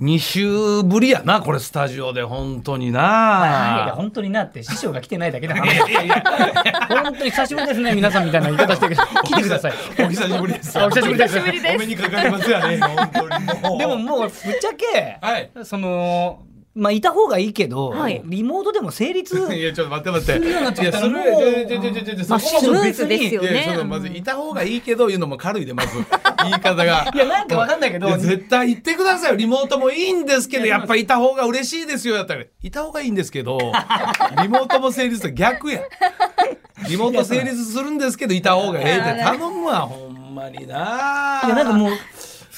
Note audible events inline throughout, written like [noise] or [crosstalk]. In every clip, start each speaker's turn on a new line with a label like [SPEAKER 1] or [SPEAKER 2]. [SPEAKER 1] 2週ぶりやな、これ、スタジオで、本当に
[SPEAKER 2] はいいや
[SPEAKER 1] な。
[SPEAKER 2] 本当になって師匠が来てないだけだから本当に久しぶりですね皆さんみたいな言い方してるけど [laughs] 来てください
[SPEAKER 1] お久しぶりです。
[SPEAKER 2] あお久しぶりです
[SPEAKER 3] 久しぶり
[SPEAKER 1] お
[SPEAKER 3] で
[SPEAKER 1] 目
[SPEAKER 3] す。
[SPEAKER 1] にかかりますよね、本当にもう。
[SPEAKER 2] でも、もうぶっちゃけ、
[SPEAKER 1] はい
[SPEAKER 2] そのまあいた方がいいけど、
[SPEAKER 3] はい
[SPEAKER 2] リモートでも成立 [laughs]
[SPEAKER 1] いや、ちょっと待って待って。
[SPEAKER 2] するようになってきたら
[SPEAKER 1] いやそれちょちょちょちょちょ
[SPEAKER 3] まあ
[SPEAKER 1] そこも
[SPEAKER 3] スムーズですよ
[SPEAKER 1] いや
[SPEAKER 3] ね
[SPEAKER 1] そ。のまずいた方がいいけど言うのも軽いでまず言い方が。
[SPEAKER 2] いやなんかわかんないけど
[SPEAKER 1] いや絶対言ってくださいよリモートもいいんですけどやっぱいた方が嬉しいですよやったらいた方がいいんですけど [laughs] リモートも成立と逆やリモート成立するんですけどいた方がええって頼むわほんまにない
[SPEAKER 2] やなんかもう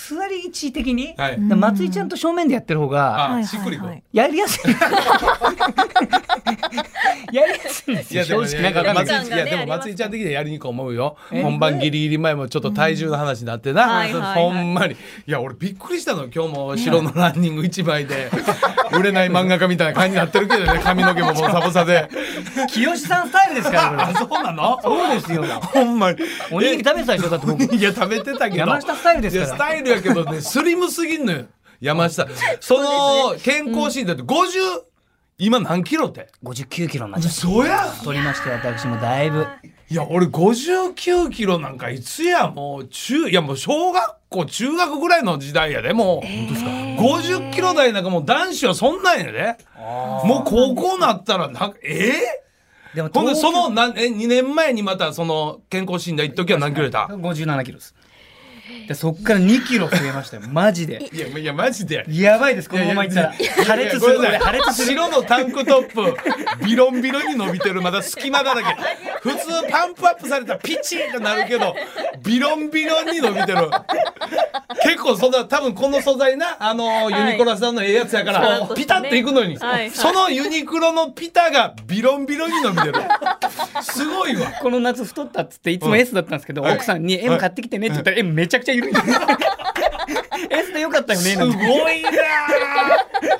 [SPEAKER 2] 座り位置的に、
[SPEAKER 1] はい
[SPEAKER 2] 松井ちゃんと正面でやってる方が
[SPEAKER 1] あ
[SPEAKER 3] い
[SPEAKER 1] しっくりく
[SPEAKER 3] はいはい
[SPEAKER 2] やりや [laughs] すいやりやすいんですよ正直なんかわかんない
[SPEAKER 1] 松
[SPEAKER 2] け
[SPEAKER 1] 井ちゃ
[SPEAKER 2] ど
[SPEAKER 1] んいやでも松井ちゃん的にはやりにくい思うよ
[SPEAKER 2] え
[SPEAKER 1] 本番ギリギリ前もちょっと体重の話になって
[SPEAKER 3] うん
[SPEAKER 1] な、
[SPEAKER 3] はいはいはい
[SPEAKER 1] ほんまにいや俺びっくりしたの今日も白のランニング一枚で売れない漫画家みたいな感じになってるけどね髪の毛ももうサボサで
[SPEAKER 2] 清志さんスタイルですからこ
[SPEAKER 1] あ
[SPEAKER 2] れ
[SPEAKER 1] そうなの
[SPEAKER 2] そうですよ
[SPEAKER 1] ほんまに
[SPEAKER 2] おにぎり食べてたでしょだって僕
[SPEAKER 1] [laughs] いや食べてたけど
[SPEAKER 2] 山下スタイルですから
[SPEAKER 1] いやスタイルやけどねスリムすぎんのよ山下その健康診断って50、今何キロって
[SPEAKER 2] 59キロになっちゃった
[SPEAKER 1] 嘘やん
[SPEAKER 2] 太りまして私もだいぶ
[SPEAKER 1] いや俺59キロなんかいつやもう中いやもう小学校中学ぐらいの時代やでもう、50キロ台なんかもう男子はそんなんやでもう高校なったらなんかえ
[SPEAKER 2] でも
[SPEAKER 1] ー、ほんでその
[SPEAKER 2] 東
[SPEAKER 1] なんえ2年前にまたその健康診断行っときは何キロやった
[SPEAKER 2] [laughs] 京57キロですでそっから2キロ増えましたよマジで
[SPEAKER 1] いやいやマジで
[SPEAKER 2] やばいですこのままいったら破裂するこれ破裂する
[SPEAKER 1] 白のタンクトップビロンビロンに伸びてるまだ隙間だらけ普通パンプアップされたらピチンってなるけどビロンビロンに伸びてる結構そんな多分この素材なあの
[SPEAKER 3] はい
[SPEAKER 1] ユニクロさんのええやつやから、
[SPEAKER 3] そうですね
[SPEAKER 1] ピタッていくのに、
[SPEAKER 3] はい
[SPEAKER 1] そのユニクロのピタがビロンビロンに伸びてるすごいわ
[SPEAKER 2] この夏太ったっつっていつも S だったんですけど、
[SPEAKER 1] はい
[SPEAKER 2] 奥さんに M 買ってきてねって言ったら M めちゃくちゃ緩いん [laughs] ですよ S でよかったよね
[SPEAKER 1] す
[SPEAKER 2] な
[SPEAKER 1] ご
[SPEAKER 2] ん
[SPEAKER 1] い
[SPEAKER 2] て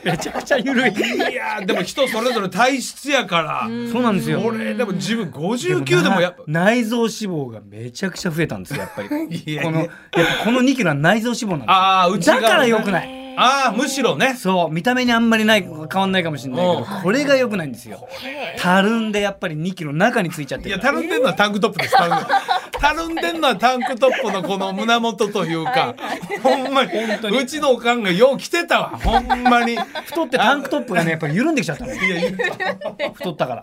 [SPEAKER 1] な
[SPEAKER 2] めちゃくちゃ緩い
[SPEAKER 1] あいやーでも人それぞれ体質やから、
[SPEAKER 2] そうなんですよ
[SPEAKER 1] 俺でも自分59でもやっぱ
[SPEAKER 2] 内臓脂肪がめちゃくちゃ増えたんですよやっぱり
[SPEAKER 1] いや
[SPEAKER 2] このやっぱこの2キロは内臓脂肪なんですよ
[SPEAKER 1] あー内側
[SPEAKER 2] だから良くない
[SPEAKER 1] ああむしろね
[SPEAKER 2] そう見た目にあんまりない変わんないかもしれないけどこれが良くないんですよたるんでやっぱり2キロ中についちゃって
[SPEAKER 1] いや
[SPEAKER 2] るから
[SPEAKER 1] たるんでんのはタンクトップですたるんでたるんでんのはタンクトップのこの胸元というかほんまにうちのおかんがよう来てたわほんまに
[SPEAKER 2] 太ってタンクトップがねやっぱり緩んできち
[SPEAKER 1] [laughs]
[SPEAKER 2] ゃったの
[SPEAKER 1] いやい
[SPEAKER 2] 太ったから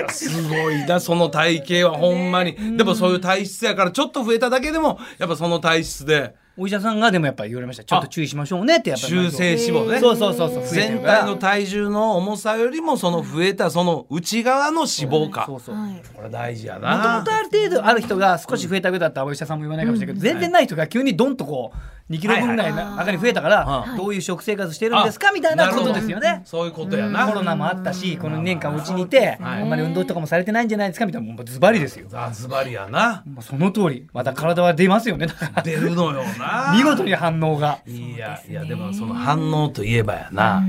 [SPEAKER 1] やすごいなその体型はほんまに、でもそういう体質やからちょっと増えただけでもやっぱその体質で
[SPEAKER 2] お医者さんがでもやっぱり言われましたちょっと注意しましょうねってやっぱり
[SPEAKER 1] 中性脂肪ね
[SPEAKER 2] そうそうそうそう増えて
[SPEAKER 1] 全
[SPEAKER 2] るから
[SPEAKER 1] 体の体重の重さよりもその増えたその内側の脂肪か
[SPEAKER 2] そうそう
[SPEAKER 3] はい
[SPEAKER 1] これ大事や
[SPEAKER 2] もとも
[SPEAKER 1] な
[SPEAKER 2] とある程度ある人が少し増えたぐらいだったらお医者さんも言わないかもしれないけど、全然ない人が急にドンとこう2キロ分ぐらい
[SPEAKER 3] はいは
[SPEAKER 2] ない中に増えたから、
[SPEAKER 1] はい
[SPEAKER 2] どういう食生活してるんですかみたいなことですよ
[SPEAKER 1] なるほ
[SPEAKER 2] ね
[SPEAKER 1] ど。そういうことやな
[SPEAKER 2] コロナもあったしこの2年間お家にいて、
[SPEAKER 1] はい
[SPEAKER 2] あんまり運動とかもされてないんじゃないですかみたいなもうズバリですよ。
[SPEAKER 1] あズバリやな
[SPEAKER 2] [laughs] もうその通りまた体は出ますよ [laughs] ねだか
[SPEAKER 1] 出るのよ
[SPEAKER 2] ら
[SPEAKER 1] な
[SPEAKER 2] 見事に反応が。
[SPEAKER 1] いやいやでもその反応といえばやな、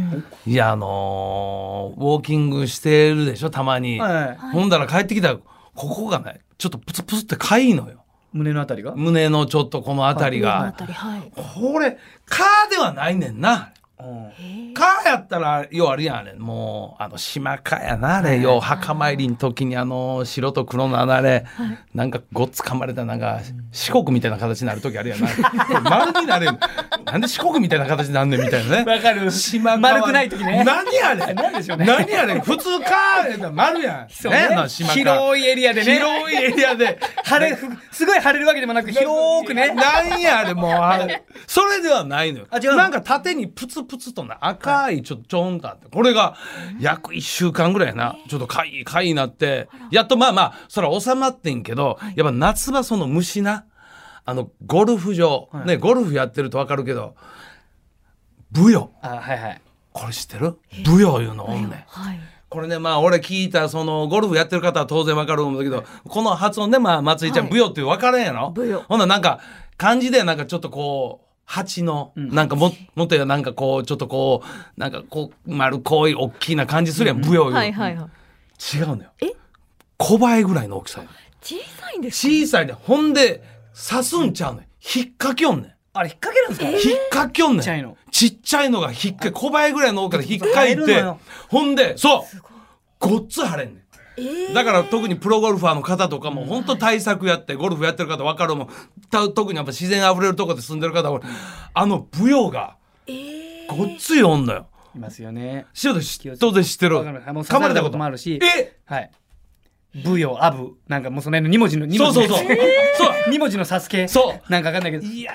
[SPEAKER 1] いやあのーウォーキングしてるでしょたまに、
[SPEAKER 2] はい
[SPEAKER 1] ほんだら帰ってきたらここがねちょっとプツプツってかいのよ
[SPEAKER 2] 胸のあたりが
[SPEAKER 1] 胸のちょっとこの辺りが、
[SPEAKER 3] あたりはい。
[SPEAKER 1] これ「か」ではないねんな
[SPEAKER 2] うん
[SPEAKER 1] 「か」やったらようあるやんねもうあの島かやなあれよう墓参りの時にあの白と黒のあれ、なんかごっつかまれたなんか四国みたいな形になる時あるやんなこ [laughs] れ丸になれんなんで四国みたいな形になんねんみたいなね
[SPEAKER 2] わかる
[SPEAKER 1] 島川
[SPEAKER 2] 丸くない時ね
[SPEAKER 1] 何あれ
[SPEAKER 2] なんでしょうね
[SPEAKER 1] 何あれ普通かーや丸やん。
[SPEAKER 2] そうね
[SPEAKER 1] あの島川
[SPEAKER 2] 広いエリアでね
[SPEAKER 1] 広いエリアで。
[SPEAKER 2] 晴れふすごい晴れるわけでもなく広くね
[SPEAKER 1] [laughs] なんやあれもうあれ [laughs] それではないのよ
[SPEAKER 2] あ違うの
[SPEAKER 1] なんか縦にプツプツとな赤いちょっとちょんとあってこれが約1週間ぐらいなちょっとかいかいなってやっとまあまあそれは収まってんけどやっぱ夏場その虫なあのゴルフ場ねゴルフやってると分かるけど舞踊
[SPEAKER 2] あはいはい
[SPEAKER 1] これ知ってる舞踊いうのおんねん
[SPEAKER 3] はい。
[SPEAKER 1] これねまあ俺聞いたそのゴルフやってる方は当然わかると思うんだけどこの発音ねまあ松井ちゃん、
[SPEAKER 3] はい
[SPEAKER 1] ブヨって分からんやろ
[SPEAKER 3] ブヨ
[SPEAKER 1] ほんならなんか漢字でなんかちょっとこう蜂の、なんかももっと言えばなんかこうちょっとこうなんかこう丸っこい大きな感じするやん、ブヨより、
[SPEAKER 3] はいはいはい。
[SPEAKER 1] 違うのよ
[SPEAKER 3] え
[SPEAKER 1] 小倍ぐらいの大きさよ
[SPEAKER 3] 小さいんです。
[SPEAKER 1] 小さいねほんで刺すんちゃうねん引っ掛けよんねん
[SPEAKER 2] あれ引っ掛けるんですか、
[SPEAKER 1] 引っかきょんね
[SPEAKER 2] ちっちゃい
[SPEAKER 1] ん
[SPEAKER 2] の。
[SPEAKER 1] ちっちゃいのが引っか小林ぐらいの大きさで引っかい
[SPEAKER 2] そうそう買
[SPEAKER 1] て
[SPEAKER 2] えるのよ、
[SPEAKER 1] ほんで、そうごっつ腫れんねん。
[SPEAKER 3] え
[SPEAKER 1] だから特にプロゴルファーの方とかも本当対策やってゴルフやってる方分かるもんた特にやっぱ自然あふれるとこで住んでる方はあの舞踊が
[SPEAKER 3] えー
[SPEAKER 1] ごっついおんのよ。
[SPEAKER 2] いますよね。
[SPEAKER 1] 塩で知っ当然知ってる。
[SPEAKER 2] わかりますもう
[SPEAKER 1] 噛まれた
[SPEAKER 2] 刺された
[SPEAKER 1] こ
[SPEAKER 2] ことともあるし
[SPEAKER 1] え
[SPEAKER 2] はい。ブヨ、アブ、なんかもうその辺の2文字の、二
[SPEAKER 1] そう
[SPEAKER 2] 文字
[SPEAKER 1] そ
[SPEAKER 2] の
[SPEAKER 1] うそう。そう。
[SPEAKER 2] 2文字のサスケ。。
[SPEAKER 1] そう
[SPEAKER 2] なんかわかんないけど、
[SPEAKER 1] いや、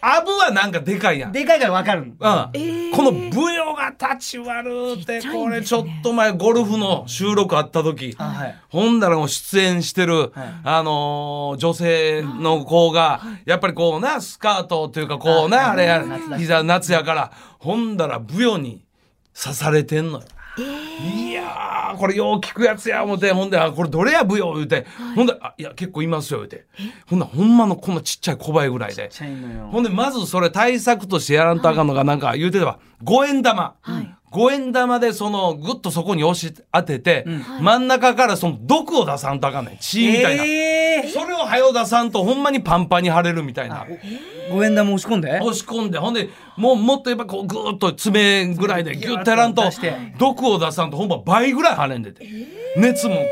[SPEAKER 1] アブはなんかでかいやん。
[SPEAKER 2] でかいからわかるの。
[SPEAKER 1] うん
[SPEAKER 3] ー
[SPEAKER 1] この舞踊が立ち悪うて
[SPEAKER 3] ちっちゃいんですね
[SPEAKER 1] これちょっと前ゴルフの収録あった時、
[SPEAKER 2] あはい
[SPEAKER 1] ほんだらもう出演してる、あのー女性の子が、やっぱりこうなスカートというかこうなあれや膝夏やからほんだら舞踊に刺されてんのよ。いやーこれよう聞くやつや思てほんであこれどれや舞踊言うて、ほんであいや結構いますよ言うてほんならほんまのこんなちっちゃい小林ぐらいで
[SPEAKER 2] ちっちゃいのよ。
[SPEAKER 1] ほんで、まずそれ対策としてやらんとあかんのが、なんか言うてたわ。五円玉。五円玉でその、ぐっとそこに押し当てて、真ん中からその毒を出さんとあかんねん。血みたいな。
[SPEAKER 2] え
[SPEAKER 1] それを早う出さんとほんまにパンパンに腫れるみたいな。
[SPEAKER 2] ー、五円玉押し込んで
[SPEAKER 1] 押し込んで、ほんで、もうもっとやっぱこうぐーっと爪ぐらいでギュッとやらんと
[SPEAKER 2] ギュッと出して、
[SPEAKER 1] 毒を出さんとほんま倍ぐらい腫れんでて。熱持って。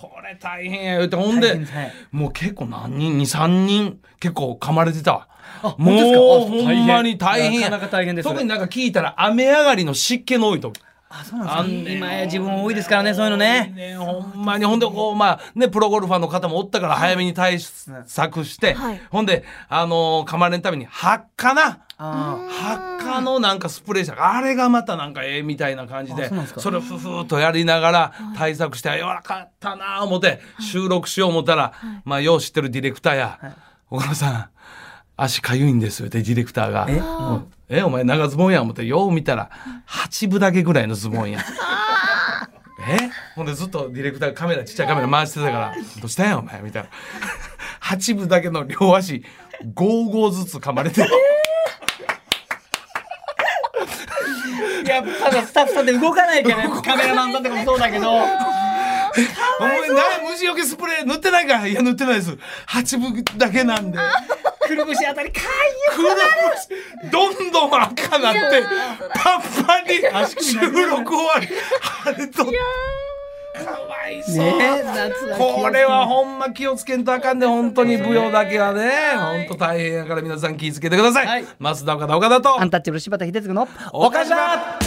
[SPEAKER 1] これ大変や言うて、ほん
[SPEAKER 2] 大
[SPEAKER 1] で
[SPEAKER 2] 変ですはい、
[SPEAKER 1] もう結構何人、2、3人結構噛まれてたわ。も
[SPEAKER 2] 本当ですか
[SPEAKER 1] う
[SPEAKER 2] あ
[SPEAKER 1] ほんまに大変や
[SPEAKER 2] なかなか大変です
[SPEAKER 1] 特になんか聞いたら雨上がりの湿気の多い時
[SPEAKER 2] あ、そうなんです
[SPEAKER 1] あ
[SPEAKER 2] か
[SPEAKER 1] んねん
[SPEAKER 2] 今や自分多いですからね、そういうのね。
[SPEAKER 1] ねほんまにほんでこうまあねプロゴルファーの方もおったから早めに対策して、
[SPEAKER 3] はい
[SPEAKER 1] ほんであのー噛まれんために発火な
[SPEAKER 2] あ
[SPEAKER 1] 発火のなんかスプレーしたあれがまたなんかええみたいな感じ
[SPEAKER 2] あ
[SPEAKER 1] で
[SPEAKER 2] そうなんですか
[SPEAKER 1] れをふふーっとやりながら対策して柔らかったなあ思って収録しよう思ったら、まあよう知ってるディレクターや「小倉さん足かゆいんですよ」ってディレクターが
[SPEAKER 2] え
[SPEAKER 1] うんえお前長ズボンや思ってよう見たら8分だけぐらいのズボンや。えほんでずっとディレクターがカメラちっちゃいカメラ回してたから「どうしたんやお前」みたいな8分だけの両足5合ずつ噛まれて。
[SPEAKER 2] あ。いや、ただスタッフさんって動かないから、やっぱカメラマンさんとかもそうだけど。
[SPEAKER 1] お前な虫除けスプレー塗ってないかいや塗ってないです8分だけなんで
[SPEAKER 2] くるぶしあたり、か
[SPEAKER 1] くるぶしどんどん赤なってパンパンに収録終わりあれとかわいそう、
[SPEAKER 2] ゆい。ねえ、夏は気をつけて
[SPEAKER 1] これはほんま気をつけんとあかんで本当に舞踊だけはね本当大変やから皆さん気をつけてください、
[SPEAKER 2] はい
[SPEAKER 1] 増田岡田岡田と
[SPEAKER 2] アンタッチャブル柴田秀嗣の
[SPEAKER 1] 岡島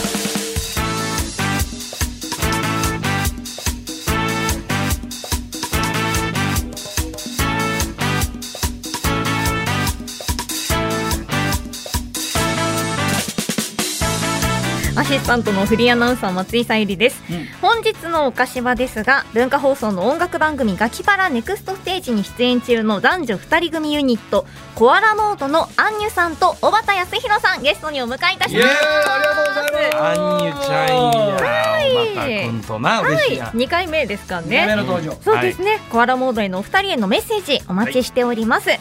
[SPEAKER 4] アシスタントのフリーアナウンサー松井さゆりです、本日のお菓子場ですが文化放送の音楽番組「ガキパラネクストステージ」に出演中の男女2人組ユニットコアラノートのアンニュさんと小畑康弘さんゲストにお迎えいたし
[SPEAKER 1] イ
[SPEAKER 4] ま
[SPEAKER 1] エーイ
[SPEAKER 4] す
[SPEAKER 1] ありがとうございますアンニュちゃんやおま
[SPEAKER 4] はい
[SPEAKER 1] たくんとな嬉しいやん、
[SPEAKER 4] 2回目ですか
[SPEAKER 2] カメ
[SPEAKER 4] ね
[SPEAKER 2] ラ登場。
[SPEAKER 4] そうですね、コアラモードへのお二人へのメッセージお待ちしております、で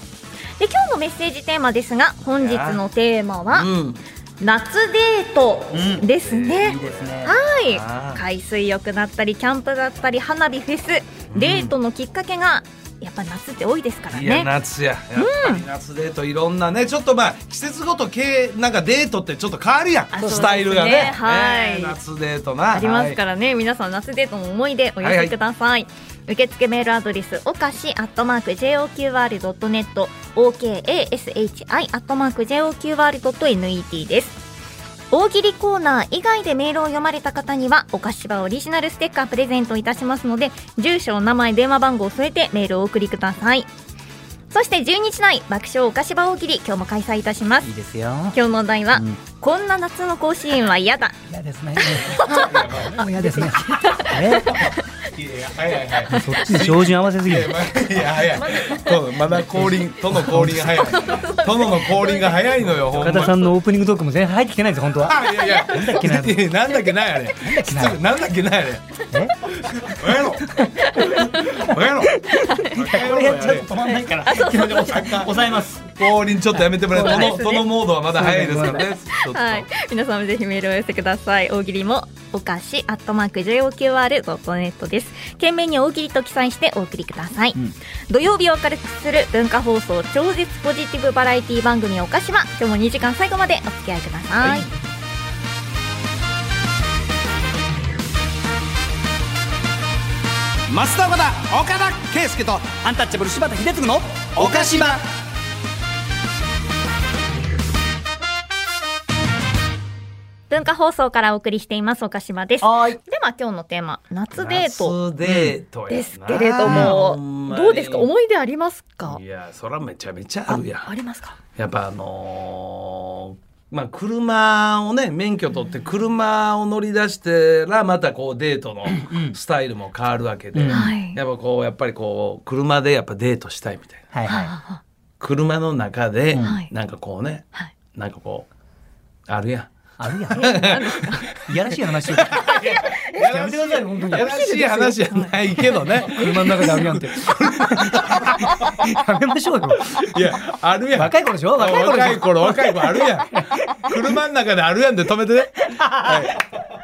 [SPEAKER 4] 今日のメッセージテーマですが本日のテーマは
[SPEAKER 1] うん
[SPEAKER 4] 夏デートですね、
[SPEAKER 2] いいですね。
[SPEAKER 4] はい
[SPEAKER 1] あー
[SPEAKER 4] 海水浴だったりキャンプだったり花火フェス
[SPEAKER 1] うん
[SPEAKER 4] デートのきっかけがやっぱ夏って多いですから
[SPEAKER 1] いや
[SPEAKER 4] ね
[SPEAKER 1] 夏ややっぱり夏デートいろんなねちょっとまあ季節ごと系なんかデートってちょっと変わるやん
[SPEAKER 4] あそうです
[SPEAKER 1] ス
[SPEAKER 4] ね
[SPEAKER 1] タイルがね
[SPEAKER 4] はい
[SPEAKER 1] ね夏デートな
[SPEAKER 4] ありますからね、皆さん夏デートの思い出お寄せください、受付メールアドレスおかしアットマーク JOQR.net OKASHI アットマーク JOQR.net です大喜利コーナー以外でメールを読まれた方にはお菓子場オリジナルステッカープレゼントいたしますので住所お名前電話番号を添えてメールをお送りくださいそして12日内爆笑お菓子場大喜利今日も開催いたします
[SPEAKER 2] いいですよ。
[SPEAKER 4] 今日のお題は、
[SPEAKER 2] うん
[SPEAKER 4] こんな夏の甲子園は嫌だ
[SPEAKER 2] 嫌です [laughs] ね。嫌ですね。
[SPEAKER 1] いやはいはいはい
[SPEAKER 2] え、そっちに照準合わせすぎ
[SPEAKER 1] い
[SPEAKER 2] る
[SPEAKER 1] や。まいや早いそうまだ降臨との降臨が早い殿の降臨が早いのよほん
[SPEAKER 2] 岡田さ
[SPEAKER 1] ま
[SPEAKER 2] んのオープニングトークも全然入ってきてないんですよ本当は。
[SPEAKER 1] あいやいやなん
[SPEAKER 2] だっけな
[SPEAKER 1] [laughs] なんだっけないあれ
[SPEAKER 2] なんだっけな
[SPEAKER 1] なんだっけないあれ
[SPEAKER 2] え
[SPEAKER 1] 親やろ親やろ
[SPEAKER 2] [laughs] これがちょっと止まんないから。 [laughs]
[SPEAKER 1] うそうそう
[SPEAKER 2] 抑えます。
[SPEAKER 1] 降臨ちょっとやめてもらえ
[SPEAKER 4] そうです
[SPEAKER 1] この
[SPEAKER 4] ね
[SPEAKER 1] このモードはまだ早いですからね。ちょっと
[SPEAKER 4] はい、皆さんもぜひメールをお寄せください大喜利もお菓子アットマーク JOQR.net です懸命に大喜利と記載してお送りください、
[SPEAKER 2] うん
[SPEAKER 4] 土曜日を明るくする文化放送超絶ポジティブバラエティ番組お菓子は今日も2時間最後までお付き合いください、
[SPEAKER 3] 増田岡田岡田圭佑と
[SPEAKER 2] アンタッチャブル柴田秀嗣の
[SPEAKER 3] 岡島
[SPEAKER 4] 文化放送からお送りしています岡島ですでは
[SPEAKER 2] はい
[SPEAKER 4] 今日のテーマ夏デート
[SPEAKER 1] 夏デートやな
[SPEAKER 4] ですけれども、
[SPEAKER 1] ほんまに
[SPEAKER 4] どうですか思い出ありますか
[SPEAKER 1] いやそらめちゃめちゃあるやん
[SPEAKER 4] ありますか
[SPEAKER 1] やっぱあのーまあ車をね免許取って車を乗り出してらまたこうデートのスタイルも変わるわけで、
[SPEAKER 2] うん
[SPEAKER 4] はい
[SPEAKER 1] やっぱこうやっぱりこう車でやっぱデートしたいみたいな
[SPEAKER 2] はいはい
[SPEAKER 1] 車の中で
[SPEAKER 4] はい
[SPEAKER 1] なんかこうね、
[SPEAKER 4] はい
[SPEAKER 1] なんかこうあるやん。
[SPEAKER 2] あるやんいやらしい話をやめてください本当に
[SPEAKER 1] やらしい話じゃないけどね。
[SPEAKER 2] 車の中であるやんってやめましょうよ
[SPEAKER 1] いや、あるやん。
[SPEAKER 2] 若い頃でしょ若い頃で
[SPEAKER 1] 若
[SPEAKER 2] し
[SPEAKER 1] い頃、若い頃あるやん。車の中であるやんで止めてね。はい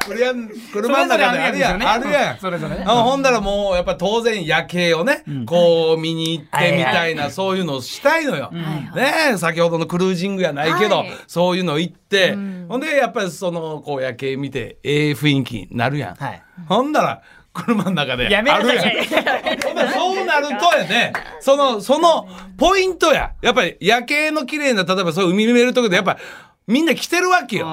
[SPEAKER 1] 車ん車の中であるやん。あるやん。
[SPEAKER 2] それぞれね
[SPEAKER 1] あほんだらもうやっぱ当然夜景をね、こう見に行ってみたいな、そういうのをしたいのよ。ねえ先ほどのクルージングやないけど、
[SPEAKER 4] はい
[SPEAKER 1] そういうの行って、
[SPEAKER 4] うん
[SPEAKER 1] ほんでやっぱりそのこう夜景見てええ雰囲気になるやん。
[SPEAKER 2] はい
[SPEAKER 1] ほんだら車の中で
[SPEAKER 2] やめな
[SPEAKER 1] あ
[SPEAKER 2] さい
[SPEAKER 1] るやん。ほんだらそうなるとやね、そのそのポイントや。やっぱり夜景の綺麗な例えばそういう海見れるとこでやっぱみんな来てるわけよ。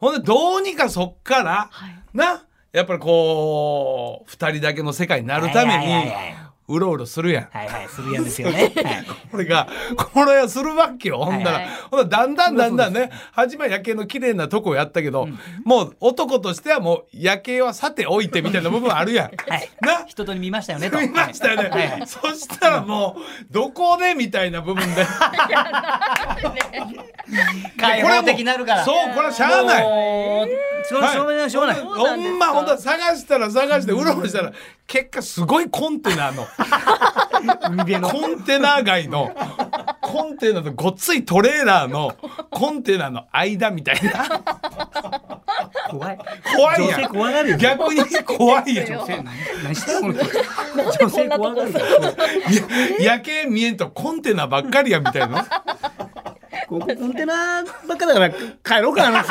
[SPEAKER 1] ほんでどうにかそっから、なやっぱりこう2人だけの世界になるため
[SPEAKER 2] はいはいはいはい
[SPEAKER 1] にうろうろするやん。
[SPEAKER 2] はいはいするやんですよねはい
[SPEAKER 1] これがこれはするわけよほんなら、
[SPEAKER 2] はい
[SPEAKER 4] はい
[SPEAKER 1] ほんならだんだんだんだんね初めは夜景の綺麗なとこをやったけど、もう男としてはもう夜景はさておいてみたいな部分あるやん。
[SPEAKER 2] [laughs] はい
[SPEAKER 1] な
[SPEAKER 2] 人と見ましたよねと
[SPEAKER 1] 見ましたよね、
[SPEAKER 2] はいはい
[SPEAKER 1] そしたらもうどこでみたいな部分で
[SPEAKER 2] 開放的になるから
[SPEAKER 1] そうこれはしゃあない。
[SPEAKER 2] もうしょうがないしょうがないしょう
[SPEAKER 1] ほ
[SPEAKER 2] がない
[SPEAKER 4] そうなんですか
[SPEAKER 1] んまほんと探したら探してうろうろしたら結果すごいコンテナの
[SPEAKER 2] 海辺の
[SPEAKER 1] コンテナ街のコンテナとごっついトレーラーのコンテナの間みたいな
[SPEAKER 2] 怖い
[SPEAKER 1] 怖い
[SPEAKER 2] 女
[SPEAKER 1] や
[SPEAKER 2] 性
[SPEAKER 1] ん
[SPEAKER 2] 怖がるよ
[SPEAKER 1] 逆に怖いやん
[SPEAKER 2] 何何してるこの人女性怖がるよ
[SPEAKER 1] いや夜景見えんとコンテナばっかりやみたいな
[SPEAKER 2] [laughs] ここコンテナばっかだから帰ろうかな。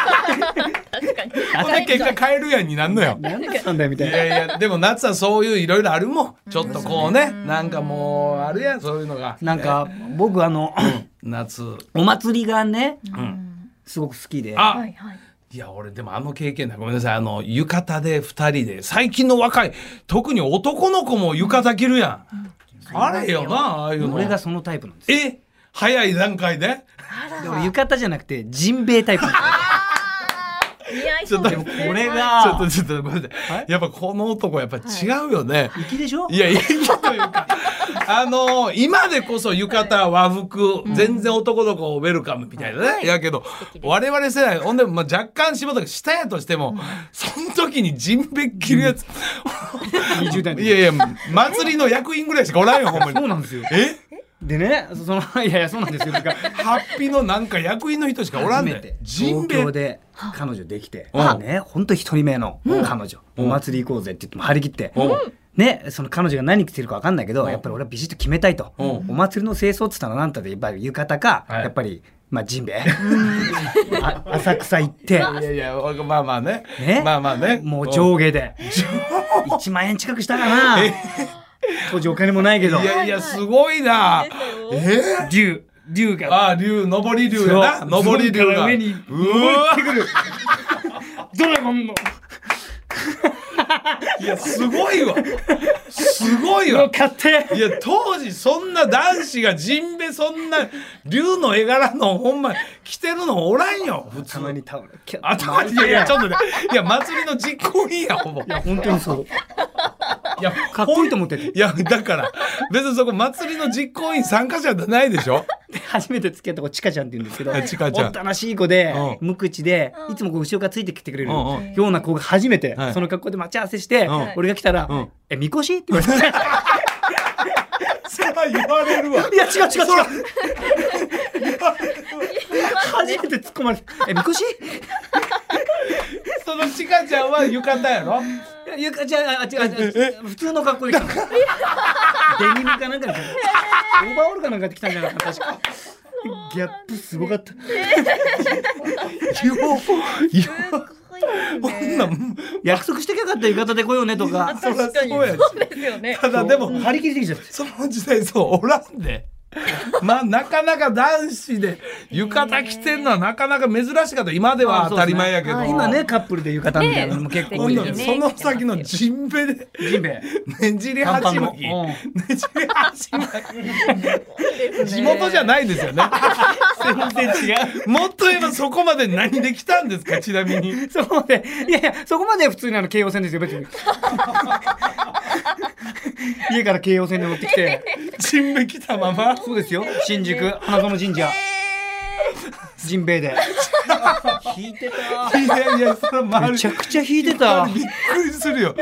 [SPEAKER 1] ほんで結果買えるやんになんのよ
[SPEAKER 2] 何だったんだよみ
[SPEAKER 1] い
[SPEAKER 2] たいな。
[SPEAKER 1] やいやでも夏はそういういろいろあるもんちょっとこうねなんかもうあるやんそういうのが
[SPEAKER 2] なんか僕あの
[SPEAKER 1] 夏
[SPEAKER 2] お祭りがね
[SPEAKER 1] ん
[SPEAKER 2] すごく好きで。
[SPEAKER 1] あ、
[SPEAKER 4] はいはい
[SPEAKER 1] いや、俺、でもあの経験だ。ごめんなさい。あの、浴衣で二人で、最近の若い、特に男の子も浴衣着るやん。あれよな、ああいうの。
[SPEAKER 2] 俺がそのタイプなんです。
[SPEAKER 1] え早い段階で
[SPEAKER 2] で俺浴衣じゃなくてジンベエタイプなんです。
[SPEAKER 4] 似合いそうですね
[SPEAKER 2] これ
[SPEAKER 1] ちょっ
[SPEAKER 2] が
[SPEAKER 1] と、ちょっと、ごめんなさ
[SPEAKER 2] はいい。
[SPEAKER 1] やっぱこの男、やっぱ違うよね。
[SPEAKER 2] 粋でしょ
[SPEAKER 1] い、。や、いいというか。あの今でこそ浴衣和服、全然男の子ウェルカムみたいなね、やけど我々世代ほんで、まあ、若干柴田が下やとしても、その時にジンベエ着るやつ、
[SPEAKER 2] 二十代の
[SPEAKER 1] いやいや、祭りの役員ぐらいしかおらんよ、ほんまに。
[SPEAKER 2] そうなんですよ。
[SPEAKER 1] え
[SPEAKER 2] でねその [laughs] いやいやそうなんですよ。だから
[SPEAKER 1] ハッピーのなんか役員の人しかおらん
[SPEAKER 2] 初
[SPEAKER 1] ね
[SPEAKER 2] め
[SPEAKER 1] ん
[SPEAKER 2] て。
[SPEAKER 1] ジン
[SPEAKER 2] 東
[SPEAKER 1] ベエ
[SPEAKER 2] 京で彼女できて
[SPEAKER 1] うん
[SPEAKER 2] ね本当一人目の彼女お祭り行こうぜって言っても張り切って
[SPEAKER 1] うん
[SPEAKER 2] [laughs] ねその彼女が何着てるか分かんないけど
[SPEAKER 1] ん
[SPEAKER 2] やっぱり俺はビシッと決めたいと
[SPEAKER 1] うん
[SPEAKER 2] お祭りの清掃っつったらなんたでやっぱり浴衣か
[SPEAKER 1] はい
[SPEAKER 2] やっぱりまあジンベエあ浅草行
[SPEAKER 1] [laughs]
[SPEAKER 2] って
[SPEAKER 1] いやいや、まあまあね。
[SPEAKER 2] ね
[SPEAKER 1] まあまあね。
[SPEAKER 2] もう上下で1万円近くしたかな当時お金もないけ
[SPEAKER 1] うん
[SPEAKER 2] ど
[SPEAKER 1] いやいや、すごいな。え
[SPEAKER 2] 竜竜
[SPEAKER 1] ー、
[SPEAKER 2] が
[SPEAKER 1] ああ、竜、上り竜やな。
[SPEAKER 2] そう
[SPEAKER 1] 上り竜
[SPEAKER 2] ズボ
[SPEAKER 1] が。
[SPEAKER 2] ンから上に
[SPEAKER 1] うわ
[SPEAKER 2] ドラゴンの
[SPEAKER 1] いや、すごいわ。すごい
[SPEAKER 2] を
[SPEAKER 1] わ。
[SPEAKER 2] 買って
[SPEAKER 1] いや当時そんな男子がジンベそんな竜の絵柄のほんま着てるのおらんよ普通
[SPEAKER 2] 頭にタオルキャッ
[SPEAKER 1] 頭にいやいやちょっとねいや祭りの実行委員やほぼいや
[SPEAKER 2] 本当にそうかっこいいと思ってて
[SPEAKER 1] いやだから別にそこ祭りの実行委員参加者じゃないでしょ
[SPEAKER 2] 初めて付き合った子チカちゃんって言うんですけど
[SPEAKER 1] はいチカちゃん
[SPEAKER 2] おったらしい子で、
[SPEAKER 1] う
[SPEAKER 2] 無口でいつもこう後ろからついてきてくれる
[SPEAKER 1] うんう
[SPEAKER 2] よ
[SPEAKER 1] ん
[SPEAKER 2] うな子が初めて、
[SPEAKER 1] はい
[SPEAKER 2] その格好で待ち合わせして、
[SPEAKER 1] うん
[SPEAKER 2] 俺が来たら「
[SPEAKER 1] うん
[SPEAKER 2] えみこし?」って言
[SPEAKER 1] [laughs]
[SPEAKER 2] われて
[SPEAKER 1] そら言われるわ
[SPEAKER 2] 「いや違う違う違う初めて突っ込まれてえみこし
[SPEAKER 1] そのちかちゃんは浴衣やろ
[SPEAKER 2] いやじゃああ違う違う普通の格好で来
[SPEAKER 1] [laughs]
[SPEAKER 2] たデニムかなんかで来たオーバーオールかなんかで来たんじゃないかった確かギャップすごかった
[SPEAKER 1] ようよ [laughs] うこ
[SPEAKER 4] ごいです
[SPEAKER 1] ん
[SPEAKER 4] ね
[SPEAKER 1] なん
[SPEAKER 2] 約束してきゃよかった浴衣で来ようねとか
[SPEAKER 1] そりゃそうや
[SPEAKER 4] そうですよね。
[SPEAKER 1] ただでも
[SPEAKER 2] 張り切りできちゃった
[SPEAKER 1] その時代そうおらんで [laughs] まあなかなか男子で浴衣着てんのはなかなか珍しかった今では当たり前やけど、
[SPEAKER 4] はい
[SPEAKER 2] 今ねカップルで浴衣みたいなのも結構多いんだ
[SPEAKER 1] ほん
[SPEAKER 2] け
[SPEAKER 1] な
[SPEAKER 2] ど
[SPEAKER 1] ら
[SPEAKER 4] ね
[SPEAKER 1] その先のジンベで
[SPEAKER 2] ジンベエ
[SPEAKER 1] ねじり
[SPEAKER 2] 短パン
[SPEAKER 1] 始
[SPEAKER 2] の
[SPEAKER 1] ま
[SPEAKER 2] うん
[SPEAKER 1] りねじり始まり地元じゃ
[SPEAKER 4] い。
[SPEAKER 1] ないですよね
[SPEAKER 2] 全然違う
[SPEAKER 1] もっと言えばそこまで何できたんですかちなみに
[SPEAKER 2] [laughs] そこまで、いやいや、そこまで普通にあの京王線ですよ、別に。 [laughs] 家から京王線で乗ってき [laughs] て、
[SPEAKER 1] ジンベ来たま
[SPEAKER 2] [laughs]
[SPEAKER 1] ま
[SPEAKER 2] そうですよ、新宿、花園神社、ジンベエで。引いてた。
[SPEAKER 1] いやいやそれ周
[SPEAKER 2] め
[SPEAKER 1] り
[SPEAKER 2] ちゃくちゃ引いてた。
[SPEAKER 1] びっくりするよ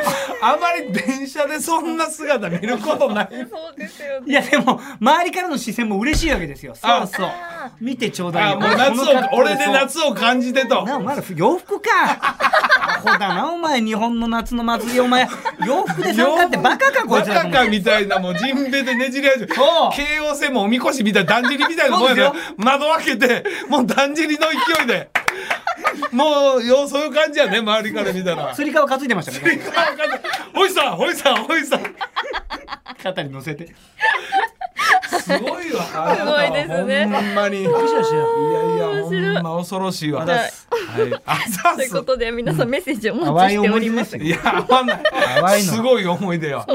[SPEAKER 1] あまり電車でそんな姿見ることない
[SPEAKER 4] そうですよ
[SPEAKER 2] い
[SPEAKER 4] ね。
[SPEAKER 2] や、でも、周りからの視線も嬉しいわけですよ。そうそう。見てちょうだい
[SPEAKER 1] あ
[SPEAKER 2] よ。
[SPEAKER 1] もう夏
[SPEAKER 2] この格
[SPEAKER 1] を
[SPEAKER 2] 好
[SPEAKER 1] 俺で夏を感じてと
[SPEAKER 2] なお前ら洋服 [laughs] かアホだなお前日本の夏の祭りお前洋服で参加ってバカかこいつら
[SPEAKER 1] バカかみたいなもうジンベでねじり始めて
[SPEAKER 2] そう
[SPEAKER 1] 京王線もおみこしみたいなだんじりみたいなもんや
[SPEAKER 2] そ
[SPEAKER 1] な
[SPEAKER 2] うです
[SPEAKER 1] 窓開けてもうだんじりの勢いでもうようそういう感じやね周りから見たら
[SPEAKER 2] 釣り革担いでましたね
[SPEAKER 1] ほいさんほいさんほいさん
[SPEAKER 2] 肩に乗せて
[SPEAKER 1] すごいわ
[SPEAKER 4] すごいですね [laughs]
[SPEAKER 1] ほんまにいや
[SPEAKER 2] 拍手はしない
[SPEAKER 1] いやほんま恐ろしいわ
[SPEAKER 2] あ
[SPEAKER 1] は
[SPEAKER 2] ざっ
[SPEAKER 1] い
[SPEAKER 2] す
[SPEAKER 1] あざっ
[SPEAKER 4] という
[SPEAKER 1] す
[SPEAKER 4] ことで皆さんメッセージをお待ちしております。
[SPEAKER 1] [laughs] いや合わない
[SPEAKER 2] わいの
[SPEAKER 1] すごい思い出よ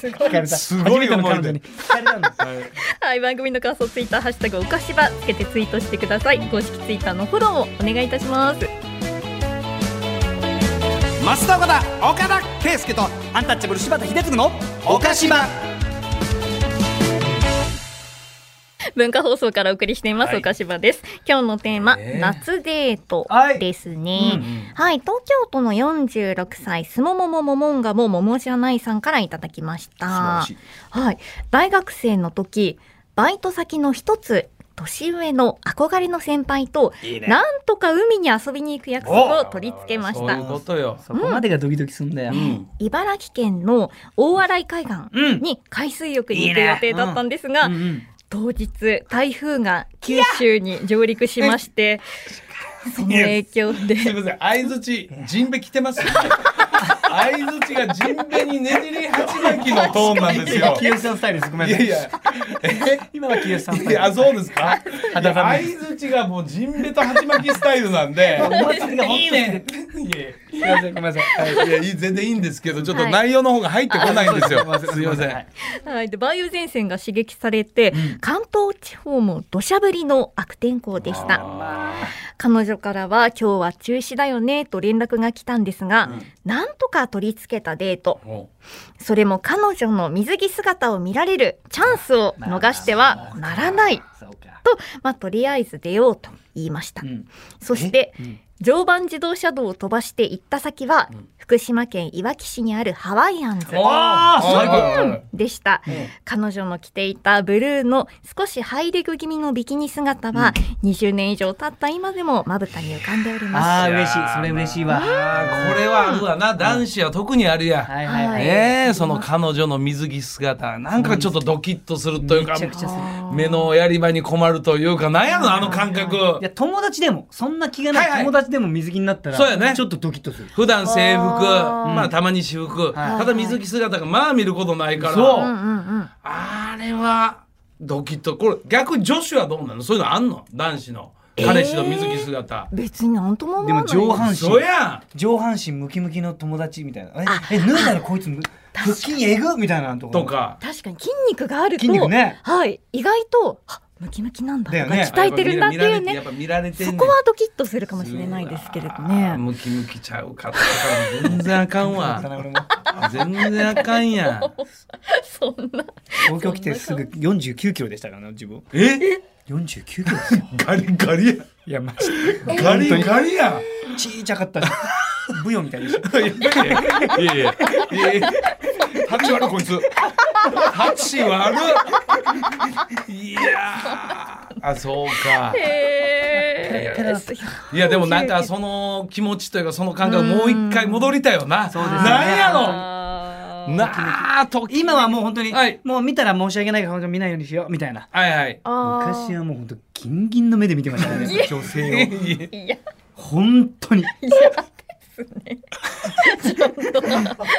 [SPEAKER 2] 聞かれた
[SPEAKER 1] すごい思い出
[SPEAKER 2] 初めての彼女に聞かれたんです
[SPEAKER 4] はい、番組の感想ツイッターハッシュタグおかしばつけてツイートしてください。公式ツイッターのフォローをお願いいたします。
[SPEAKER 3] 増田岡田岡田圭佑と
[SPEAKER 2] アンタッチャブル柴田秀嗣の岡島
[SPEAKER 4] 文化放送からお送りしています、
[SPEAKER 1] はい
[SPEAKER 4] 岡島です今日のテーマ、
[SPEAKER 1] ねえ
[SPEAKER 4] 夏デート
[SPEAKER 2] はい
[SPEAKER 4] ですね、
[SPEAKER 2] うん
[SPEAKER 4] はい東京都の46歳すもももももんがもももじゃないさんからいただきました
[SPEAKER 2] 素晴
[SPEAKER 4] はい大学生の時バイト先の一つ年上の憧れの先輩となんとか海に遊びに行く約束を取り付けまし
[SPEAKER 1] そういう
[SPEAKER 4] た
[SPEAKER 1] ことよ
[SPEAKER 2] そこまでがドキドキすんだよ
[SPEAKER 4] 茨城県の大洗海岸
[SPEAKER 2] うん
[SPEAKER 4] に海水浴に行く予定だったんですが、
[SPEAKER 2] うんうん
[SPEAKER 4] 当日台風が九州に上陸しましてその影響です
[SPEAKER 1] いません相槌ジンベ来てますよね相槌がジンベにねじり鉢巻きのトーンなんですよ
[SPEAKER 2] 清志さんスタイルですごめん
[SPEAKER 1] い
[SPEAKER 2] な
[SPEAKER 1] や
[SPEAKER 2] さ
[SPEAKER 1] い
[SPEAKER 2] い
[SPEAKER 1] やえ
[SPEAKER 2] 今は清志さんスタ
[SPEAKER 1] い
[SPEAKER 2] イル
[SPEAKER 1] やそうですか
[SPEAKER 2] 肌寒い
[SPEAKER 1] 相槌がもうジンベと鉢巻きスタイルなんで
[SPEAKER 2] お祭りが本
[SPEAKER 1] いい
[SPEAKER 2] 当に
[SPEAKER 1] ねいやい
[SPEAKER 2] すいませんごめんなさいはい
[SPEAKER 1] やいやいい全然いいんですけどちょっと内容の方が入ってこないんですよ、
[SPEAKER 2] はい
[SPEAKER 1] すいません、
[SPEAKER 2] はい
[SPEAKER 4] はい、で梅雨前線が刺激されて、関東地方も土砂降りの悪天候でした彼女からは今日は中止だよねと連絡が来たんですが、なんとか取り付けたデート
[SPEAKER 1] お
[SPEAKER 4] それも彼女の水着姿を見られるチャンスを逃してはならない
[SPEAKER 2] そうか
[SPEAKER 4] と、まあ、とりあえず出ようと言いました、
[SPEAKER 2] うん
[SPEAKER 4] そして、
[SPEAKER 2] ん
[SPEAKER 4] 常磐自動車道を飛ばして行った先は、福島県いわき市にあるハワイアンズ
[SPEAKER 2] あー最高
[SPEAKER 4] でした、彼女の着ていたブルーの少しハイレグ気味のビキニ姿は、20年以上経った今でもまぶたに浮かんでおります
[SPEAKER 2] ああ嬉しいそれ嬉しいわ
[SPEAKER 1] あーこれはあるわな男子は特にあるやん、
[SPEAKER 2] はいはいはい
[SPEAKER 1] ねえその彼女の水着姿なんかちょっとドキッとするというか
[SPEAKER 2] めちゃくちゃする
[SPEAKER 1] 目のやり場に困るというかなんやろあの感
[SPEAKER 2] [laughs] い
[SPEAKER 1] 覚
[SPEAKER 2] や友達でもそんな気がない、
[SPEAKER 1] はいはい
[SPEAKER 2] 友達でも水着になったら
[SPEAKER 1] そうやね
[SPEAKER 2] ちょっとドキッとする
[SPEAKER 1] 普段制服
[SPEAKER 4] あー
[SPEAKER 1] まあたまに私服
[SPEAKER 2] はい
[SPEAKER 1] ただ水着姿がまあ見ることないから
[SPEAKER 2] そう
[SPEAKER 4] うんうんうん
[SPEAKER 1] あれはドキッとこれ逆女子はどうなのそういうのあんの男子の彼氏の水着姿
[SPEAKER 4] 別になんとも思わない
[SPEAKER 2] でも上半身
[SPEAKER 1] そうや
[SPEAKER 2] 上半身ムキムキの友達みたいなええ脱いだらこいつむ腹筋えぐみたいなと
[SPEAKER 1] ん
[SPEAKER 2] こと
[SPEAKER 1] か
[SPEAKER 4] 確かに筋肉があると
[SPEAKER 2] 筋肉ね
[SPEAKER 4] はい、意外とあムキムキなんだと
[SPEAKER 2] だ
[SPEAKER 4] か
[SPEAKER 2] よね
[SPEAKER 4] 鍛えてるんだっていうね
[SPEAKER 1] やっぱ見られて
[SPEAKER 4] そ
[SPEAKER 1] んねん
[SPEAKER 4] こはドキッとするかもしれないですけれど
[SPEAKER 1] うわー
[SPEAKER 4] ね。
[SPEAKER 1] ムキムキちゃうかったから全然あかん
[SPEAKER 4] [laughs]
[SPEAKER 2] だったな
[SPEAKER 1] わ
[SPEAKER 2] 俺も
[SPEAKER 1] 全然あかんやん
[SPEAKER 4] そんな。
[SPEAKER 2] 東京来てすぐ49キロでしたからね自分
[SPEAKER 1] [laughs] え
[SPEAKER 2] 49キロですよ
[SPEAKER 1] ガリガリや
[SPEAKER 2] [laughs] いやマジ
[SPEAKER 1] ガリガリやん
[SPEAKER 2] でちっちゃかっ
[SPEAKER 1] [laughs]
[SPEAKER 2] たしブヨみたいでした
[SPEAKER 1] いやいやいやいやいやいや8悪いこいつ8悪いいやあそうか
[SPEAKER 4] へ
[SPEAKER 1] ペラいやでもなんかその気持ちというかその感覚もう一回戻りたいよな
[SPEAKER 2] そうですね
[SPEAKER 1] なんやろ
[SPEAKER 4] ろ
[SPEAKER 1] なあと
[SPEAKER 2] 今はもう本当に、
[SPEAKER 1] はい
[SPEAKER 2] もう見たら申し訳ないから本当に見ないようにしようみたいな
[SPEAKER 1] はいはい
[SPEAKER 2] 昔はもう本当ギンギンの目で見てましたね女性を
[SPEAKER 4] いや
[SPEAKER 2] 本当に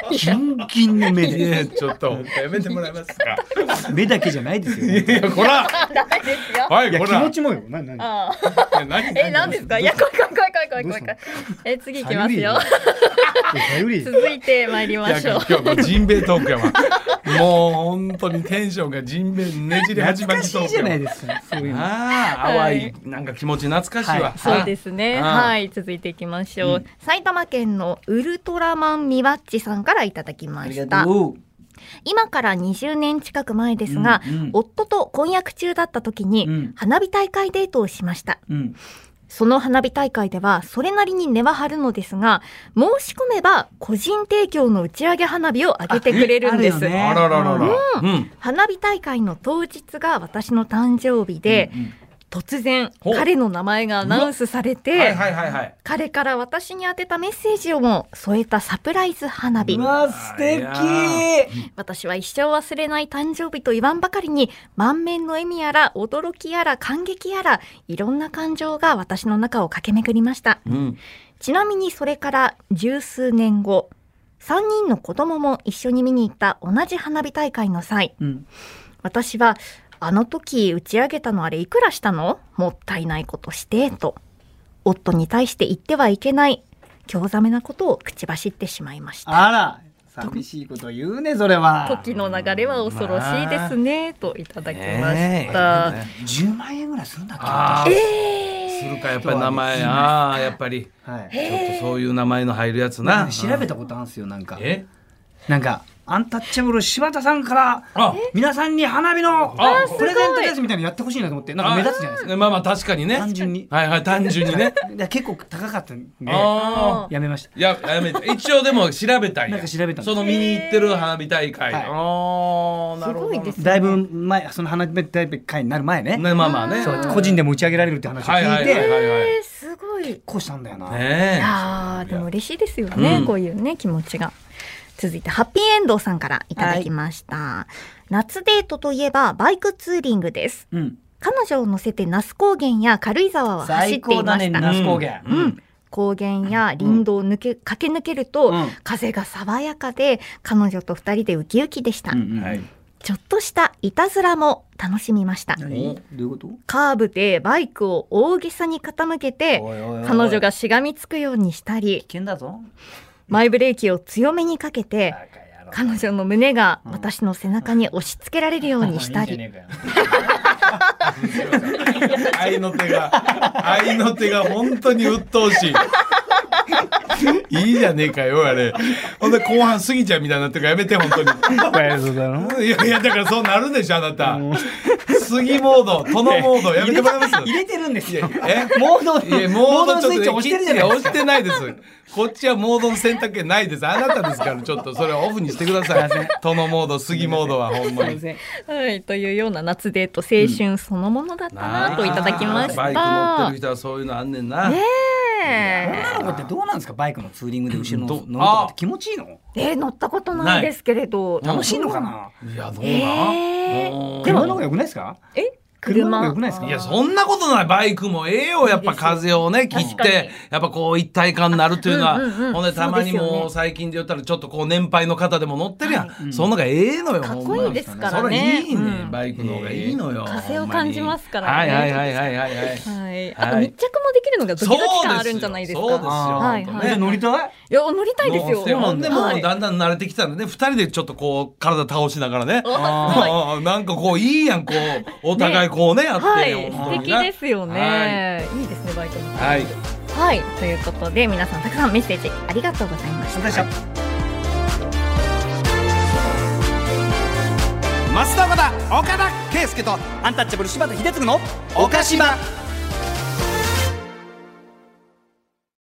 [SPEAKER 2] ギンギンの目
[SPEAKER 1] いや
[SPEAKER 2] で
[SPEAKER 1] ちょっとやめてもらえますか
[SPEAKER 2] 目だけじゃないですよ、ね、
[SPEAKER 1] いやこら
[SPEAKER 4] ダメですよ
[SPEAKER 1] はい
[SPEAKER 2] いや
[SPEAKER 1] こ
[SPEAKER 2] 気
[SPEAKER 1] ら
[SPEAKER 2] 持ちもよな何
[SPEAKER 4] あー
[SPEAKER 1] いや何
[SPEAKER 4] え何ですかいや怖い怖い怖い怖い怖い怖い怖いえ次いきますよ
[SPEAKER 2] 頼 [laughs] り
[SPEAKER 4] 続いて参りま
[SPEAKER 1] いや
[SPEAKER 4] しょう
[SPEAKER 1] 今日もうジンベエトークやわもう本当にテンションがジンベエねじり始まり
[SPEAKER 2] 懐かし
[SPEAKER 1] トー
[SPEAKER 2] い
[SPEAKER 1] ク
[SPEAKER 2] じゃ
[SPEAKER 1] やわ
[SPEAKER 2] ないですかそういうの
[SPEAKER 1] ああ、
[SPEAKER 4] はい
[SPEAKER 1] 淡いなんか気持ち懐かしいわ、
[SPEAKER 2] はい
[SPEAKER 4] そうですね。
[SPEAKER 1] あ
[SPEAKER 4] はい、続いていきましょう。埼玉県のウルトラマンミワッチさんからいただきました。
[SPEAKER 2] とう
[SPEAKER 4] 今から20年近く前ですが、
[SPEAKER 2] うんうん
[SPEAKER 4] 夫と婚約中だった時に、
[SPEAKER 2] うん
[SPEAKER 4] 花火大会デートをしました。
[SPEAKER 2] うん
[SPEAKER 4] その花火大会では、それなりに値は張るのですが、申し込めば、個人提供の打ち上げ花火をあげてくれるんです。
[SPEAKER 2] あえあるよね
[SPEAKER 1] あらららら、うん
[SPEAKER 4] 花火大会の当日が私の誕生日で、
[SPEAKER 2] うん
[SPEAKER 4] 突然、
[SPEAKER 1] ほう
[SPEAKER 4] 彼の名前がアナウンスされて、
[SPEAKER 1] はいはいはいはい
[SPEAKER 4] 彼から私に宛てたメッセージをも添えたサプライズ花火
[SPEAKER 2] うわ素
[SPEAKER 1] いや
[SPEAKER 2] 敵
[SPEAKER 4] 私は一生忘れない誕生日と言わんばかりに満面の笑みやら驚きやら感激やらいろんな感情が私の中を駆け巡りました
[SPEAKER 1] うん
[SPEAKER 4] ちなみにそれから十数年後3人の子供も一緒に見に行った同じ花火大会の際
[SPEAKER 2] うん
[SPEAKER 4] 私はあの時打ち上げたのあれいくらしたのもったいないことしてと夫に対して言ってはいけない興ざめなことを口走ってしまいました
[SPEAKER 2] あら寂しいこと言うねそれは
[SPEAKER 4] 時の流れは恐ろしいですね、といただきました、
[SPEAKER 1] ね
[SPEAKER 2] 10万円ぐらいするんだっけ
[SPEAKER 1] あ
[SPEAKER 4] え
[SPEAKER 1] ー
[SPEAKER 4] ー
[SPEAKER 1] するかやっぱり名前ああやっぱり
[SPEAKER 2] はい
[SPEAKER 1] ちょっとそういう名前の入るやつ
[SPEAKER 2] な
[SPEAKER 1] な
[SPEAKER 2] んか調べたことあるんすよなんか
[SPEAKER 1] え
[SPEAKER 2] なんかアンタッチャブル柴田さんから
[SPEAKER 1] あ
[SPEAKER 2] 皆さんに花火の
[SPEAKER 1] あ
[SPEAKER 2] プレゼントですみたいなのやってほしいなと思ってなんか目立つじゃないですか
[SPEAKER 1] かまあまあ確かにね
[SPEAKER 2] 単純に
[SPEAKER 1] はいはい単純に
[SPEAKER 2] [laughs]
[SPEAKER 1] ね
[SPEAKER 2] だから結構高かったんで
[SPEAKER 1] ああ
[SPEAKER 2] やめました
[SPEAKER 1] いややめて一応でも調べたんや
[SPEAKER 2] なんか調べたんです
[SPEAKER 1] その見に行ってる花火大会、
[SPEAKER 2] はい
[SPEAKER 1] ああなるほど
[SPEAKER 4] すごいです
[SPEAKER 2] だいぶ前その花火大会になる前ね
[SPEAKER 1] ねまあまあね
[SPEAKER 2] そう個人でも打ち上げられるって話を
[SPEAKER 1] はいは
[SPEAKER 2] 聞
[SPEAKER 1] いはい
[SPEAKER 2] いて
[SPEAKER 1] はいはい
[SPEAKER 4] えーすごい
[SPEAKER 2] こうしたんだよな
[SPEAKER 1] ねえ
[SPEAKER 4] あーでも嬉しいですよね、
[SPEAKER 1] うん
[SPEAKER 4] こういうね気持ちが続いてハッピーエンドウさんからいただきました、夏デートといえばバイクツーリングです
[SPEAKER 2] うん
[SPEAKER 4] 彼女を乗せて那須高原や軽井沢を走
[SPEAKER 2] 最
[SPEAKER 4] って
[SPEAKER 2] 高だ
[SPEAKER 4] いま
[SPEAKER 2] ね
[SPEAKER 4] した、
[SPEAKER 2] 那須高原
[SPEAKER 1] うん
[SPEAKER 4] 高原や林道を抜け、駆け抜けると、
[SPEAKER 2] うん
[SPEAKER 4] 風が爽やかで彼女と二人でウキウキでした、
[SPEAKER 2] うんうん
[SPEAKER 1] はい
[SPEAKER 4] ちょっとしたいたずらも楽しみました、
[SPEAKER 2] 何どういうこと
[SPEAKER 4] カーブでバイクを大げさに傾けて
[SPEAKER 2] おいおいおい
[SPEAKER 4] 彼女がしがみつくようにしたり
[SPEAKER 2] 危険だぞ
[SPEAKER 4] マイブレーキを強めにかけて彼女の胸が私の背中に押し付けられるようにしたり、
[SPEAKER 1] 愛の手が愛の手が本当に鬱陶しい。いいじゃねえかよあれ。ほんで後半過ぎちゃうみたいになってるからやめて本当に。
[SPEAKER 2] ありがとうございます
[SPEAKER 1] いやいやだからそうなるでしょあなた。過ぎモード殿モードやめてもらえます。
[SPEAKER 2] 入れてるんですよ
[SPEAKER 1] え
[SPEAKER 2] モード
[SPEAKER 1] いや [laughs]
[SPEAKER 2] モ
[SPEAKER 1] モ
[SPEAKER 2] ー
[SPEAKER 1] ード
[SPEAKER 2] ドの
[SPEAKER 1] ちょ
[SPEAKER 2] スイ
[SPEAKER 1] っ
[SPEAKER 2] ッチ
[SPEAKER 1] と
[SPEAKER 2] 押してるじゃ
[SPEAKER 1] い
[SPEAKER 2] な
[SPEAKER 1] や
[SPEAKER 2] いです
[SPEAKER 1] 押してないです。こっちはモードの選択権ないです。あなたですからちょっとそれはオフにしてください。殿モード過ぎモードはほんま
[SPEAKER 2] か
[SPEAKER 1] に。
[SPEAKER 4] はい、というような夏デート青春そのものだったなといただきまし
[SPEAKER 1] バイク乗って
[SPEAKER 4] た
[SPEAKER 1] る。人はそういうのあんねんな。
[SPEAKER 4] え
[SPEAKER 2] 女の子ってどうなんですかバイクのツーリングで後ろの
[SPEAKER 1] ど
[SPEAKER 2] 乗るとかって気持ちいいの
[SPEAKER 4] えー乗ったことないですけれど
[SPEAKER 1] ない
[SPEAKER 2] 楽しいのかない
[SPEAKER 1] やどうなん、
[SPEAKER 4] えー
[SPEAKER 1] うん
[SPEAKER 2] 車の方が良くないですか
[SPEAKER 4] え
[SPEAKER 2] 車の方が
[SPEAKER 4] 車
[SPEAKER 2] 良くないですか
[SPEAKER 1] いやそんなことないバイクもええよやっぱ風をね切っ
[SPEAKER 4] 確かに
[SPEAKER 1] てやっぱこう一体感になるというのは、
[SPEAKER 4] うんうんうん
[SPEAKER 1] ほんでたまに
[SPEAKER 4] そうですよ
[SPEAKER 1] も
[SPEAKER 4] ね
[SPEAKER 1] う最近で言ったらちょっとこう年配の方でも乗ってるやん、そんなのがええのよ
[SPEAKER 4] かっこいい
[SPEAKER 1] ほんまに
[SPEAKER 4] ですからね
[SPEAKER 1] それいいね、
[SPEAKER 4] うん
[SPEAKER 1] バイクの方がいいのよ
[SPEAKER 4] 風を
[SPEAKER 1] ほんまに
[SPEAKER 4] 感じますからね
[SPEAKER 1] はいはいはいはいはいはい
[SPEAKER 4] はい、
[SPEAKER 1] はい
[SPEAKER 4] あと密着もできるのがドキドキ感あるんじゃないですか。
[SPEAKER 1] そうですよ
[SPEAKER 4] はい
[SPEAKER 1] そう
[SPEAKER 4] は
[SPEAKER 1] ですよ、
[SPEAKER 4] い
[SPEAKER 2] じゃあ乗りたい
[SPEAKER 4] いや乗りたいですよ。
[SPEAKER 1] でもでも
[SPEAKER 4] はい
[SPEAKER 1] だんだん慣れてきたんでね、二人でちょっとこう体倒しながらね、
[SPEAKER 4] おはい
[SPEAKER 1] あーなんかこういいやんこうお互いこうねやって、
[SPEAKER 4] はい、
[SPEAKER 1] 本当
[SPEAKER 4] 素
[SPEAKER 1] に
[SPEAKER 4] 敵
[SPEAKER 1] な
[SPEAKER 4] ですよね。いいですねバイトも。
[SPEAKER 1] はい。
[SPEAKER 4] はい、ということで皆さんたくさんメッセージありがとうございました。
[SPEAKER 2] 私は
[SPEAKER 3] 増田岡田岡田圭佑と
[SPEAKER 2] アンタッチャブル柴田秀嗣の岡島